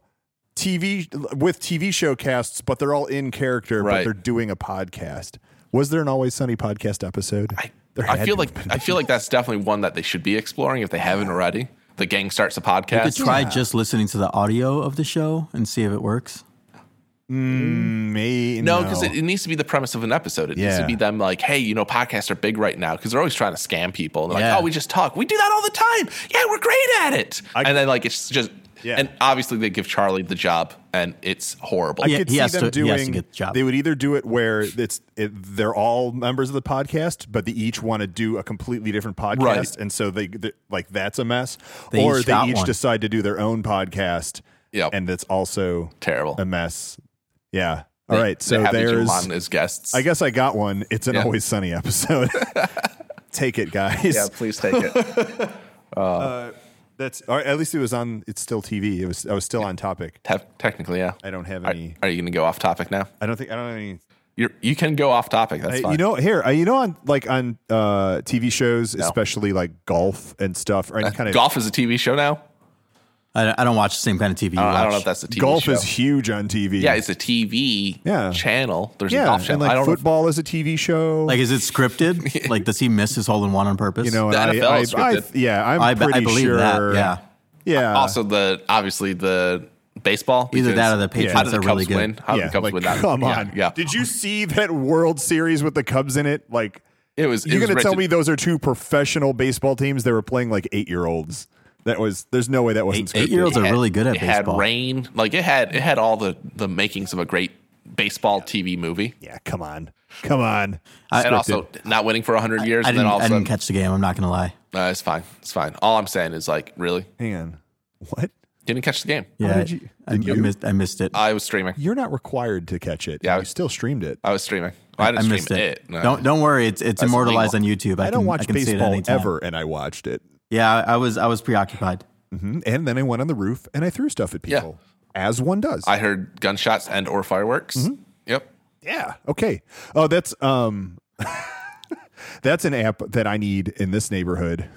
S1: TV with TV show casts, but they're all in character, but
S2: Right.
S1: they're doing a podcast. Was there an Always Sunny podcast episode?
S2: I, I feel like I feel like that's definitely one that they should be exploring if they haven't already. The gang starts a
S3: you
S2: podcast.
S3: could try just listening to the audio of the show and see if it works.
S1: me.
S2: no, because it, it needs to be the premise of an episode. It needs to
S1: Yeah.
S2: be them like, hey, you know, podcasts are big right now because they're always trying to scam people. And they're
S3: Yeah.
S2: like, oh, we just talk. We do that all the time. Yeah, we're great at it.
S1: I-
S2: and then like it's just
S1: Yeah.
S2: and obviously they give Charlie the job and it's horrible.
S1: I
S3: Yeah,
S1: could
S3: he
S1: see
S3: has
S1: them
S3: to- he has to
S1: doing.
S3: get the job.
S1: They would either do it where it's it, they're all members of the podcast, but they each want to do a completely different podcast,
S2: Right.
S1: and so they, they- like that's a mess.
S3: They
S1: or
S3: each
S1: they
S3: got
S1: each
S3: one.
S1: decide to do their own podcast,
S2: Yep.
S1: and that's also
S2: Terrible.
S1: a mess. Yeah. All right.
S2: they
S1: So
S2: have each
S1: there's.
S2: one as guests.
S1: I guess I got one. It's an
S2: Yeah.
S1: Always Sunny episode. Take it, guys.
S2: yeah, please take it.
S1: That's or at least it was on. It's still TV. It was. I was still on topic.
S2: Te- technically, yeah.
S1: I don't have
S2: Are,
S1: any.
S2: are you going to go off topic now?
S1: I don't think. I don't have any
S2: You're, you can go off topic. That's
S1: I-
S2: fine.
S1: you know here I- you know on like on uh tv shows especially like golf and stuff or any kind of
S2: golf is a TV show now.
S3: I, I don't watch the same kind of TV. You
S2: Uh, I don't know
S3: watch.
S2: if that's a TV
S1: golf
S2: show.
S1: is huge on tv
S2: yeah, it's a TV
S1: Yeah.
S2: channel. There's a
S1: yeah
S2: golf
S1: and
S2: channel. I
S1: like
S2: don't know if-
S1: football is a tv show
S3: like, is it scripted? like, does he miss his hole in one on purpose?
S1: you know and
S2: The
S1: I-
S2: NFL
S1: I,
S2: is
S1: I-
S2: scripted.
S1: yeah i'm
S3: I, be-
S1: pretty
S3: I believe
S1: sure
S3: that. Yeah,
S1: yeah
S2: also the obviously the baseball.
S3: either
S2: because
S3: that or the
S2: How
S3: Patriots
S2: did
S3: are
S2: the Cubs
S3: really good.
S2: win? How did
S1: yeah,
S2: the Cubs
S1: like,
S2: win that?
S1: come
S2: Yeah,
S1: on
S2: Yeah,
S1: did you see that world series with the cubs in it like
S2: it was.
S1: you're
S2: it was
S1: gonna tell
S2: written-
S1: me those are two professional baseball teams they were playing like eight year olds that was there's no way that wasn't scripted.
S3: Eight-year-olds are really good at
S2: it
S3: baseball.
S2: had rain. Like it had it had all the the makings of a great baseball TV movie.
S1: yeah come on come on
S2: and also not winning for hundred years,
S3: I
S2: and then
S3: didn't.
S2: all of
S3: I
S2: a
S3: didn't
S2: sudden,
S3: catch the game. I'm not gonna lie.
S2: uh, it's fine, it's fine. All I'm saying is like, really,
S1: hang on what
S2: didn't catch the game.
S3: Yeah,
S1: did you-
S3: I,
S1: did
S3: I
S1: you?
S3: missed. I missed it.
S2: I was streaming.
S1: You're not required to catch it.
S2: Yeah.
S1: you still streamed it.
S2: I was streaming. Well, I
S3: I
S2: didn't
S3: missed
S2: stream it.
S3: it.
S2: No.
S3: Don't don't worry. It's it's
S2: That's
S3: immortalized on YouTube. I,
S1: I don't
S3: can,
S1: watch
S3: I can see it at
S1: baseball
S3: any time.
S1: ever, and I watched it.
S3: Yeah, I I was I was preoccupied.
S1: Mhm. And then I went on the roof and I threw stuff at
S2: Yeah.
S1: people, as one does.
S2: I heard gunshots and or fireworks.
S3: Mm-hmm.
S2: Yep.
S1: yeah. Okay. Oh, that's um, that's an app that I need in this neighborhood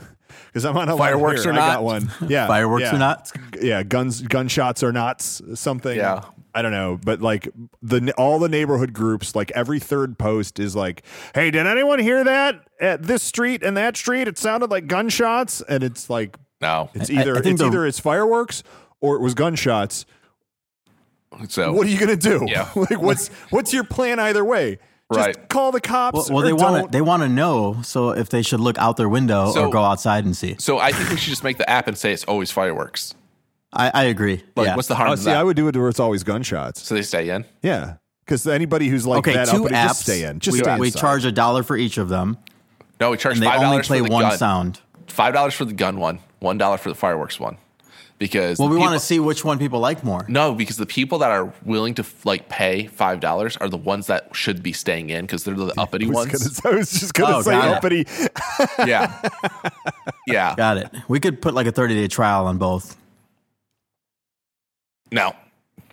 S1: because I'm on a lot
S2: Fireworks
S1: here.
S2: or
S1: I
S2: not?
S1: got one. Yeah.
S3: Fireworks
S1: yeah.
S3: or not?
S1: Yeah. Guns, gunshots or not. Something.
S2: Yeah.
S1: I don't know, but like the all the neighborhood groups, like every third post is like, "Hey, did anyone hear that at this street and that street? It sounded like gunshots." And it's like
S2: No.
S1: It's
S3: I- I
S1: either
S3: think
S1: it's
S3: the-
S1: either it's fireworks or it was gunshots.
S2: So
S1: What are you gonna do?
S2: Yeah.
S1: like what's what's your plan either way? Just
S2: Right.
S1: call the cops.
S3: Well, well
S1: or
S3: they want
S1: don't.
S3: to they want to know so if they should look out their window
S2: So-
S3: or go outside and see.
S2: so I think we should just make the app and say it's always fireworks.
S3: I, I agree.
S2: Like
S3: yeah.
S2: what's the harm
S1: Oh,
S2: of
S1: see,
S2: that?
S1: I would do it where it's always gunshots.
S2: so they stay in.
S1: Yeah, because anybody who's like
S3: okay?
S1: that
S3: two
S1: uppity,
S3: apps.
S1: just stay in. Just
S3: we,
S1: stay
S3: we
S1: inside.
S3: charge a dollar for each of them,
S2: No, we charge
S3: and they
S2: five
S3: only
S2: dollars for
S3: play
S2: the
S3: one
S2: gun.
S3: sound.
S2: Five dollars for the gun one. One dollar for the fireworks one. Because
S3: Well,
S2: the
S3: we want to
S2: people-
S3: see which one people like more.
S2: no, because the people that are willing to like pay five dollars are the ones that should be staying in because they're the uppity
S1: I was,
S2: ones.
S1: gonna, I was just gonna
S3: Oh,
S1: say
S3: got it.
S1: uppity.
S2: Yeah, yeah.
S3: Got it. We could put like a thirty day trial on both.
S2: No,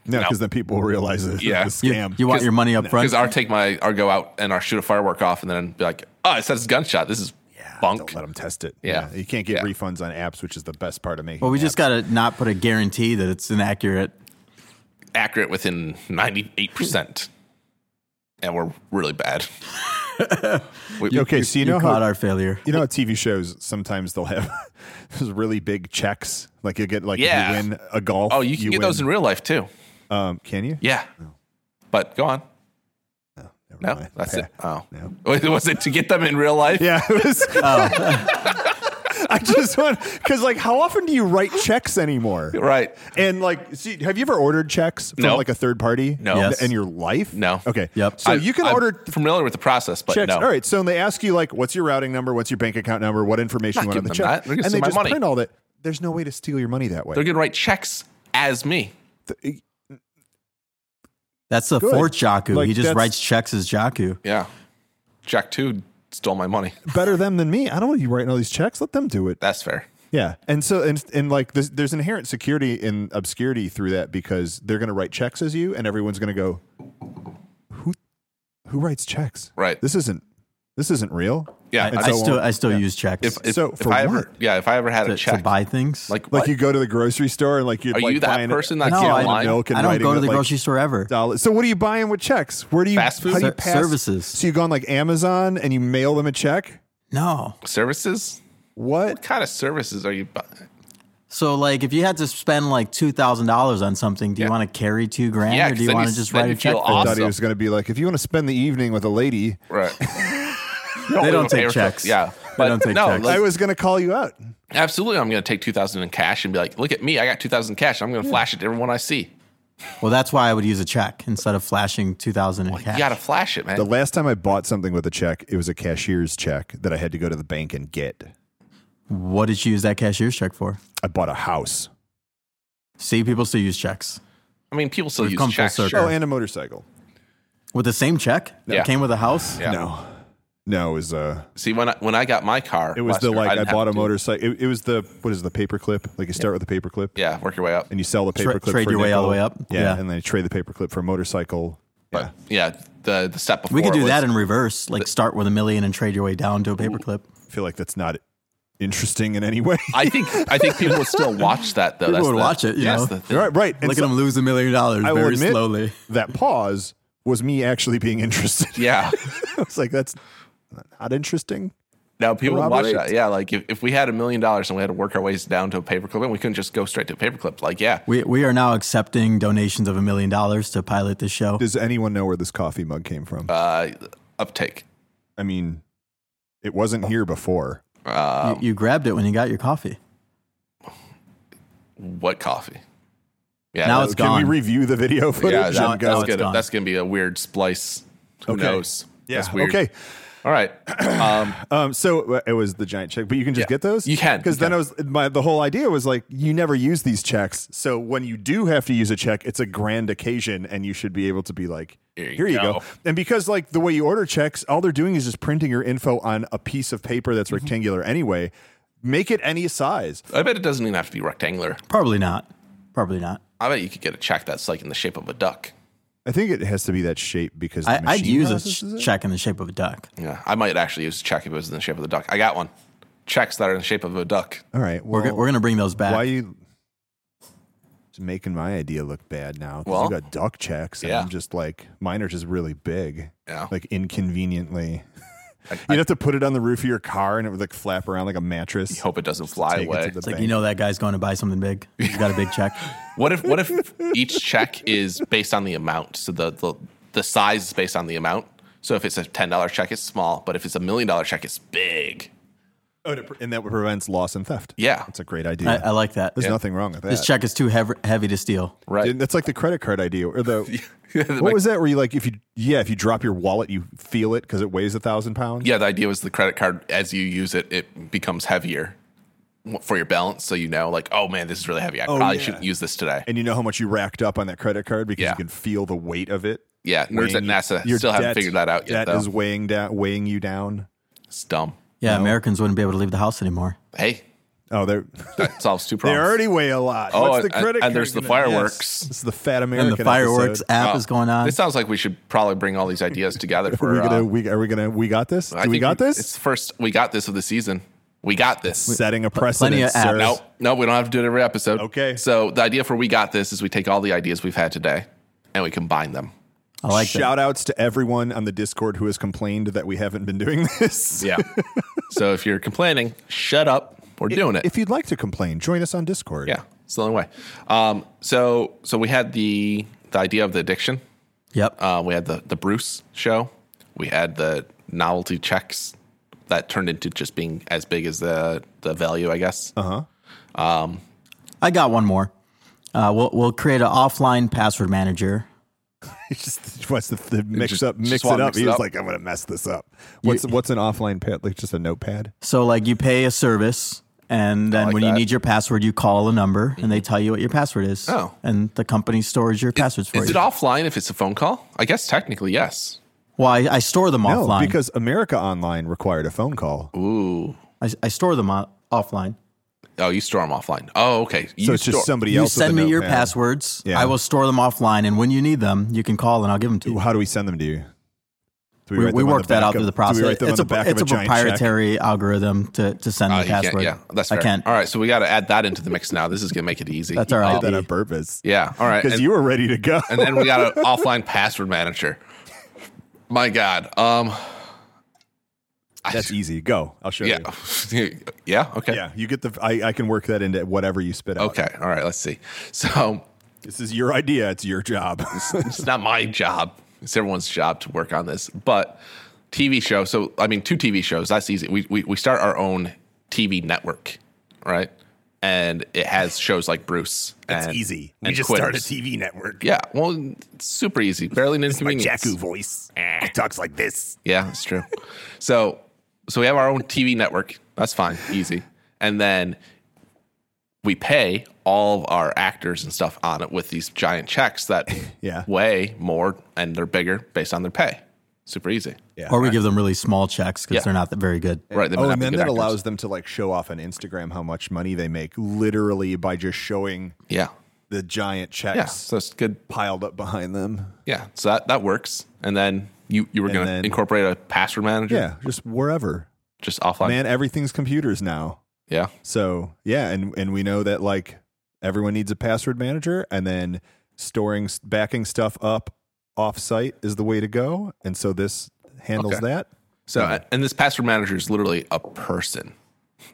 S1: No,
S2: No.
S1: because then people will realize it's
S2: Yeah.
S1: a
S3: You,
S1: scam.
S3: you want your money up front?
S2: because our take my our go out and our shoot a firework off and then be like, oh, it says it's a gunshot. This is bunk.
S1: Don't let them test it.
S2: Yeah.
S1: you can't get
S2: Yeah.
S1: refunds on apps, which is the best part of making.
S3: Well, we
S1: apps.
S3: just got to not put a guarantee that it's inaccurate.
S2: accurate within 98%. and we're really bad. we,
S1: okay. So you know how
S3: caught our failure.
S1: You know, how TV shows sometimes they'll have those really big checks. Like you'll get like
S2: Yeah.
S1: if you win a golf.
S2: oh, you can get
S1: win.
S2: those in real life too.
S1: Um, can you?
S2: Yeah. But go on.
S1: Never
S2: No,
S1: mind.
S2: that's
S1: yeah.
S2: it. Oh.
S1: No.
S2: Wait, was it to get them in real life?
S1: Yeah, it was- just want because like how often do you write checks anymore?
S2: Right.
S1: And like, see, have you ever ordered checks from
S2: No.
S1: like a third party?
S2: No.
S1: In,
S2: Yes.
S1: in your life?
S2: No.
S1: Okay.
S3: Yep.
S1: So
S2: I-
S1: you can
S2: I'm
S1: order
S2: familiar with the process, but
S1: checks.
S2: no.
S1: All right. So they ask you like, what's your routing number? What's your bank account number? What information
S2: Not
S1: you want on the
S2: giving them
S1: check?
S2: that. They're gonna
S1: and they
S2: steal my
S1: just
S2: money.
S1: print all that. There's no way to steal your money that way.
S2: They're gonna write checks as me.
S3: That's the
S1: Good.
S3: fourth Jaku.
S1: Like,
S3: he just
S1: that's-
S3: writes checks as Jaku.
S2: Yeah. Jack two stole my money.
S1: Better them than me. I don't want you writing all these checks. Let them do it.
S2: That's fair.
S1: Yeah, and so and and like there's, there's inherent security in obscurity through that because they're going to write checks as you, and everyone's going to go, who who writes checks?
S2: Right.
S1: This isn't this isn't real.
S2: Yeah.
S3: I,
S1: And
S2: I-
S1: so
S3: I still
S1: on.
S3: I still use checks
S2: if, if,
S1: so
S2: if
S1: for
S2: I
S1: what?
S2: ever yeah, if I ever had
S3: to,
S2: a
S3: to
S2: check
S3: buy things.
S2: like
S1: Like
S2: what?
S1: you go to the grocery store and like you're
S2: are
S1: like
S2: you that
S1: buying a
S2: person that
S3: No,
S2: can't
S1: gallon
S3: I
S1: of
S3: don't-
S2: lie?
S1: milk and
S3: I don't
S1: writing
S3: go to
S1: it,
S3: the
S1: like,
S3: grocery store ever.
S1: dollars. So what do you buying with checks? Where do you
S2: Fast food?
S1: how do you
S3: Ser-
S1: pass
S3: services.
S1: So you go on like Amazon and you mail them a check.
S3: No.
S2: Services?
S1: What?
S2: What kind of services are you buying?
S3: So like if you had to spend like two thousand dollars on something, do you
S2: Yeah.
S3: want to carry two grand
S2: Yeah,
S3: or
S2: 'cause
S3: do you
S2: then
S3: want
S2: you-
S3: to just
S2: then
S3: write
S2: you
S3: a check?
S2: feel
S3: for it?
S1: I thought he
S2: Awesome.
S1: was going to be like, if you want to spend the evening with a lady,
S2: Right.
S3: They don't
S2: pay
S3: take
S2: for-
S3: checks.
S2: Yeah. But
S3: don't take
S2: no,
S3: checks.
S2: like-
S1: I was going to call you out.
S2: absolutely I'm gonna take two thousand in cash and be like, look at me, I got two thousand cash. I'm gonna flash it to everyone I see.
S3: Well, that's why I would use a check instead of flashing two thousand in cash.
S2: You gotta flash it, man.
S1: The last time I bought something with a check, it was a cashier's check that I had to go to the bank and get.
S3: what did you use that cashier's check for?
S1: I bought a house.
S3: See, people still use checks
S2: I mean people still
S3: We've
S2: use
S3: come full
S2: checks.
S3: circle.
S2: sure.
S1: Oh, and a motorcycle.
S3: with the same check that
S2: Yeah.
S3: came with a house.
S2: Yeah.
S1: No, no, it was uh,
S2: See when I, when I got my car,
S1: it was the
S2: Lester,
S1: like I,
S2: didn't have
S1: bought a
S2: to-
S1: motorcycle. It, it was the what is it, the paperclip? Like you start with the paperclip,
S2: Yeah, work your way up.
S1: and you sell the
S3: Tra-
S1: paperclip.
S3: trade
S1: for a
S3: your way all the
S1: nickel.
S3: way up.
S1: Yeah,
S3: Yeah.
S1: and then you trade the paperclip for a motorcycle.
S2: But yeah, the the step before
S3: We could do
S2: was-
S3: that in reverse, like start with a million and trade your way down to a paperclip.
S1: I feel like that's not interesting in any way.
S2: I think I think people would still watch that though.
S3: People
S2: That's
S3: would
S2: the-
S3: watch it, you
S2: that's
S3: know.
S2: the thing.
S1: right, right. And
S3: Look
S1: so
S3: at him lose a million dollars
S1: I will
S3: very
S1: admit
S3: slowly.
S1: that pause was me actually being interested.
S2: Yeah.
S1: I was like, that's not interesting.
S2: Now people would watch
S1: Corroborate.
S2: that. Yeah, like if, if we had a million dollars and we had to work our ways down to a paperclip, and we couldn't just go straight to a paperclip. Like yeah,
S3: We we are now accepting donations of a million dollars to pilot this show.
S1: Does anyone know where this coffee mug came from?
S2: uh, uptake.
S1: I mean, it wasn't here before.
S2: Uh,
S3: you, you grabbed it when you got your coffee.
S2: what coffee? Yeah,
S3: Now
S2: that-
S3: it's
S1: Can
S3: gone.
S1: we review the video footage?
S2: Oh, yeah, that-
S1: and
S3: now-
S1: go-
S3: now
S2: that's
S3: it's
S2: gonna
S3: gone.
S2: that's gonna be a weird splice. Who
S1: Okay.
S2: knows?
S1: yeah.
S2: that's weird.
S1: Okay.
S2: all right. Um,
S1: Um, so uh, it was the giant check, but you can just
S2: Yeah.
S1: get those.
S2: You can,
S1: because
S2: you
S1: then
S2: can.
S1: I was my the whole idea was like you never use these checks, so when you do have to use a check, it's a grand occasion, and you should be able to be like,
S2: Here you
S1: you go.
S2: go.
S1: And because like the way you order checks, all they're doing is just printing your info on a piece of paper that's rectangular anyway. Make it any size.
S2: I bet it doesn't even have to be rectangular.
S3: Probably not. Probably not.
S2: I bet you could get a check that's like in the shape of a duck.
S1: I think it has to be that shape because the
S3: I, I'd
S1: machine
S3: use a
S1: processes it.
S3: ch- check in the shape of a duck.
S2: Yeah, I might actually use a check if it was in the shape of the duck. I got one. Checks that are in the shape of a duck.
S1: All right,
S3: We're,
S1: well,
S3: go- we're going to bring those back.
S1: Oh. Why you just making my idea look bad now? Because
S2: Well,
S1: you got duck checks, and
S2: yeah.
S1: I'm just like mine are just really big,
S2: Yeah.
S1: like inconveniently. You'd have to put it on the roof of your car, and it would like flap around like a mattress.
S2: Hope it doesn't fly
S1: Take it to
S2: away.
S1: the
S3: it's like,
S1: bank.
S3: you know, that guy's going to buy something big. He's got a big check.
S2: What if what if each check is based on the amount? So the the, the size is based on the amount. So if it's a ten dollar check, it's small. But if it's a million dollar check, it's big.
S1: Oh, to- and that prevents loss and theft.
S2: Yeah.
S1: that's a great idea.
S3: I, I like that.
S1: There's nothing wrong with that.
S3: This check is too heavy, heavy to steal.
S2: Right.
S1: That's like the credit card idea, or the
S2: Yeah,
S1: what was that? Where you like if you yeah if you drop your wallet, you feel it because it weighs a thousand pounds.
S2: yeah, the idea was the credit card as you use it, it becomes heavier for your balance. So you know, like, oh man, this is really heavy. I probably
S1: yeah.
S2: shouldn't use this today.
S1: and you know how much you racked up on that credit card because
S2: Yeah.
S1: you can feel the weight of it.
S2: Yeah, nerds at
S1: weighing you-
S2: NASA
S1: your
S2: still haven't
S1: debt-
S2: figured that out yet,
S1: Debt
S2: though.
S1: is weighing down, weighing you down.
S2: It's dumb.
S3: Yeah, Americans wouldn't be able to leave the house anymore.
S2: Hey,
S1: Oh, they're
S2: that solves two
S1: they
S2: problems.
S1: already weigh a lot.
S2: Oh,
S1: What's the
S2: and-
S1: credit
S2: and
S1: card
S2: there's the
S1: gonna-
S2: fireworks.
S1: Yes, it's the Fat American.
S3: And the fireworks
S1: episode. Oh.
S3: app
S2: Wow.
S3: is going on.
S2: It sounds like we should probably bring all these ideas together
S1: Are
S2: for.
S1: we gonna?
S2: uh,
S1: we, are we gonna? We got this.
S2: I
S1: Do we
S2: think
S1: got
S2: It's
S1: this?
S2: the first. We got this of the season. We got this.
S1: Setting a
S3: plenty
S1: precedent.
S3: of apps.
S1: sir.
S2: No, no, we don't have to do it every episode.
S1: Okay.
S2: So the idea for we got this is we take all the ideas we've had today and we combine them.
S3: I like that.
S1: Shout outs to everyone on the Discord who has complained that we haven't been doing this.
S2: Yeah. so if you're complaining, shut up. We're doing it.
S1: If you'd like to complain, join us on Discord.
S2: yeah, it's the only way. Um, so so we had the the idea of the addiction.
S3: Yep.
S2: Uh, we had the the Bruce show. We had the novelty checks. that turned into just being as big as the the value, I guess.
S3: Uh-huh. I got one more. Uh, we'll we'll create an offline password manager.
S1: It's just he wants to th- mix
S2: just-
S1: up,
S2: just
S1: mix
S2: wanna
S1: it up.
S2: mix it
S1: He was
S2: up.
S1: like, I'm gonna mess this up. What's what's an offline pad? Like just a notepad?
S3: So like you pay a service, and then
S2: like
S3: when you
S2: that.
S3: need your password, you call a number, and they tell you what your password is.
S2: Oh.
S3: and the company stores your passwords for
S2: Is
S3: you.
S2: it offline if it's a phone call? I guess technically yes.
S3: well, I, I store them offline.
S1: No, because America Online required a phone call.
S2: Ooh.
S3: I, I store them o- offline.
S2: Oh, you store them offline. Oh, okay. You
S1: So it's just
S2: store-
S1: somebody
S3: You
S1: else. with
S3: send
S1: a
S3: me your
S1: notepad.
S3: passwords.
S1: Yeah.
S3: I will store them offline, and when you need them, you can call and I'll give them to you.
S1: How do we send them to you? Do
S3: We,
S1: write
S3: we
S1: them on
S3: worked
S1: the
S3: that
S1: back
S3: out
S1: of-
S3: through the
S1: do we
S3: process.
S1: write them on
S3: it's
S1: the
S3: a,
S1: back
S3: it's
S1: of
S3: a
S1: giant check?
S3: proprietary algorithm to, to send
S2: Oh,
S3: the
S2: you can't-
S3: password.
S2: yeah, that's
S3: I
S2: fair.
S3: can't.
S2: All right, so we got to add that into the mix now. This is gonna make it easy. Um,
S3: That's all right.
S1: Did that
S3: be-
S1: on purpose.
S2: Yeah. All right.
S1: Because
S2: And,
S1: you were ready to go.
S2: and then we got an offline password manager. My God. Um.
S1: That's easy. Go. I'll show
S2: Yeah.
S1: you.
S2: yeah. Okay.
S1: Yeah, you get the. I, I can work that into whatever you spit out.
S2: Okay. All right. Let's see. So
S1: This is your idea. It's your job.
S2: it's not my job. It's everyone's job to work on this. But TV show. So I mean, two TV shows. That's easy. We we, we start our own TV network, right? And it has shows like Bruce. It's and Quitters.
S1: TV network.
S2: Yeah. Well, it's super easy. Barely an inconvenience.
S1: voice.
S3: Eh.
S1: It talks like this.
S2: Yeah, it's true. so, so we have our own TV network. That's fine, easy. And then we pay all of our actors and stuff on it with these giant checks that
S1: Yeah.
S2: weigh more and they're bigger based on their pay. Super easy.
S1: Yeah.
S3: Or we give them really small checks because
S2: Yeah.
S3: they're not that very good.
S2: Right. they might
S1: oh,
S2: not
S1: and
S2: be
S1: then
S2: good
S1: that
S2: actors.
S1: allows them to like show off on Instagram how much money they make, literally by just showing
S2: Yeah.
S1: the giant checks
S2: Yeah. So it's good.
S1: piled up behind them.
S2: Yeah. So that, that works. And then you, you were
S1: And
S2: going
S1: then-
S2: to incorporate a password manager.
S1: Yeah, just wherever.
S2: Just offline.
S1: Man, everything's computers now.
S2: Yeah.
S1: So yeah, and and we know that like everyone needs a password manager, and then storing backing stuff up offsite is the way to go. And so this handles
S2: Okay.
S1: that.
S2: So, and this password manager is literally a person.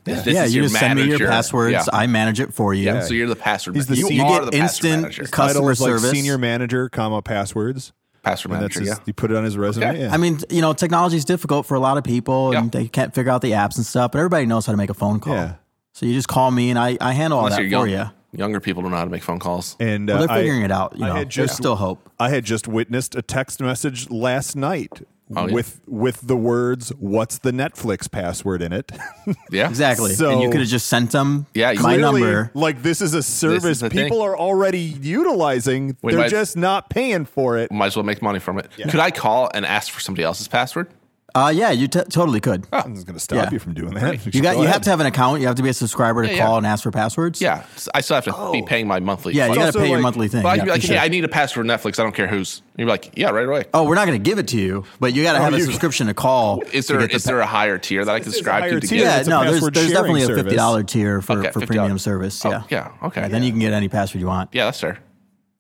S2: This
S3: yeah,
S2: is
S3: you just send me your
S2: manager.
S3: passwords.
S2: Yeah.
S3: I manage it for you.
S2: Yeah. So you're the password.
S1: He's the
S2: you
S1: senior-
S2: are
S1: You
S2: the
S3: get
S2: password
S3: instant
S2: manager.
S3: cu- Customer
S1: Title is like
S3: service.
S1: senior manager, comma passwords.
S2: password
S1: And that's
S2: manager.
S1: his,
S2: Yeah.
S1: he put it on his resume.
S2: Okay.
S1: Yeah.
S3: I mean, you know, technology is difficult for a lot of people, and
S2: Yeah.
S3: they can't figure out the apps and stuff. But everybody knows how to make a phone call.
S1: Yeah.
S3: So you just call me, and I, I handle all
S2: Unless
S3: that
S2: you're
S3: for
S2: young,
S3: you.
S2: younger people don't know how to make phone calls.
S1: and uh,
S3: Well, they're
S1: I-
S3: figuring it out. You
S1: I
S3: know,
S1: had
S3: there's
S1: just-
S3: still hope.
S1: I had just witnessed a text message last night
S2: Oh, yeah.
S1: with with the words "What's the Netflix password?" in it.
S2: Yeah.
S3: Exactly.
S1: So-
S3: and you could have just sent them
S2: Yeah, you
S3: my
S1: Clearly,
S3: number.
S1: Like this is a service
S2: the thing.
S1: people are already utilizing.
S2: We
S1: They're
S2: might-
S1: just not paying for it.
S2: Might as well make money from it. Could I call and ask for somebody else's password?
S3: Uh, yeah, you t- totally could.
S1: I'm just going to stop
S3: Yeah.
S1: you from doing that.
S3: You got.
S1: Ah, Go
S3: You
S1: ahead.
S3: have to have an account. You have to be a subscriber to
S2: Yeah, yeah.
S3: call and ask for passwords.
S2: Yeah. So I still have to be paying my monthly.
S3: Oh. Yeah, you
S2: fee.
S3: got to
S1: also
S3: pay your
S1: like-
S3: monthly thing.
S2: Well, I
S3: Yeah,
S2: could be like,
S3: for sure.
S2: hey, I need a password for Netflix. I don't care who's. And you're like, yeah, right away.
S3: oh, we're not going to give it to you, but you got to have a
S1: you-
S3: subscription to call.
S2: Is
S3: to
S2: there
S3: get the
S2: is there a higher tier that I can
S1: This is a
S2: subscribe to?
S1: higher
S2: to
S1: tier.
S2: get-
S1: Yeah,
S3: Yeah,
S1: it's a
S3: no, there's
S1: password
S3: there's definitely a
S1: sharing
S3: fifty dollar tier for,
S2: Okay,
S3: for
S2: $50.
S3: premium service.
S2: Oh,
S3: yeah,
S2: yeah, okay.
S3: Yeah, then you can get any password you want,
S2: Yeah, that's fair.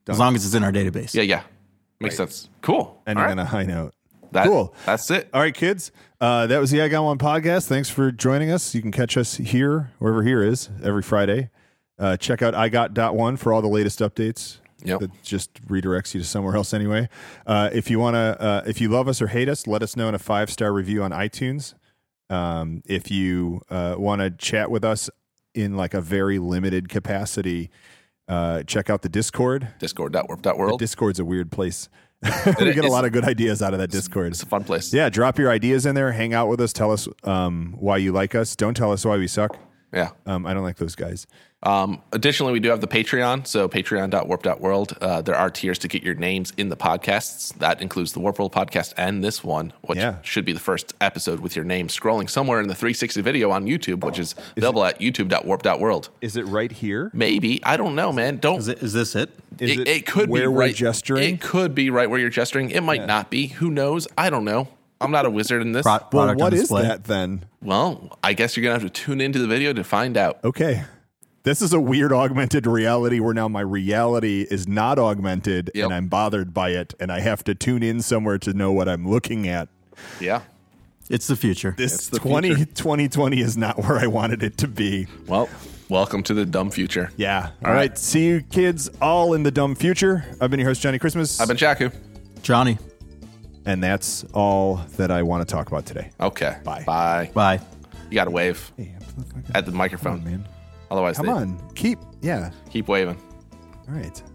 S3: as long as it's in our database.
S2: Yeah, yeah. Makes sense. Cool.
S1: Ending
S2: All
S1: on
S2: right.
S1: a high note.
S2: That-
S1: cool.
S2: That's it.
S1: All right, kids. Uh, that was the I Got One podcast. Thanks for joining us. You can catch us here, wherever here is, every Friday. Uh, check out I Got Dot One for all the latest updates.
S2: Yep.
S1: That just redirects you to somewhere else anyway. Uh, if you wanna, uh, if you love us or hate us, let us know in a five star review on iTunes. Um, if you uh, want to chat with us in like a very limited capacity, uh, check out the Discord.
S2: Discord.warp.world.
S1: Discord's a weird place. we get a
S2: is.
S1: lot of good ideas out of that Discord.
S2: It's a fun place.
S1: Yeah, drop your ideas in there. Hang out with us. Tell us um, why you like us. Don't tell us why we suck.
S2: Yeah.
S1: Um, I don't like those guys.
S2: Um, additionally, we do have the Patreon. So patreon.warp.world. Uh, there are tiers to get your names in the podcasts. That includes the Warp World podcast and this one, which
S1: Yeah.
S2: should be the first episode with your name scrolling somewhere in the 360 video on YouTube, which is available at youtube.warp.world.
S1: Is it right here?
S2: Maybe. I don't know, man. Don't.
S3: Is, it, is this it?
S1: Is
S2: it, it could
S1: where
S2: be
S1: we're
S2: right.
S1: gesturing?
S2: It could be right where you're gesturing. It might not be. Who knows? I don't know. I'm not a wizard in this.
S3: Pro-
S1: well,
S3: product on
S1: what is
S3: display.
S1: that then?
S2: well, I guess you're gonna have to tune into the video to find out.
S1: Okay. This is a weird augmented reality where now my reality is not augmented
S2: Yep.
S1: and I'm bothered by it and I have to tune in somewhere to know what I'm looking at.
S2: Yeah.
S3: It's the future.
S1: This
S2: the
S1: 20, 2020 is not where I wanted it to be.
S2: Well, welcome to the dumb future.
S1: Yeah. all right. See you kids all in the dumb future. I've been your host, Johnny Christmas.
S2: I've been Jakku.
S3: Johnny.
S1: And that's all that I want to talk about today.
S2: Okay.
S1: Bye.
S2: Bye.
S3: Bye.
S2: You got to wave
S1: Hey,
S2: at the microphone.
S1: man.
S2: Otherwise,
S1: Come
S2: they
S1: on. Keep. Yeah.
S2: keep waving.
S1: All right.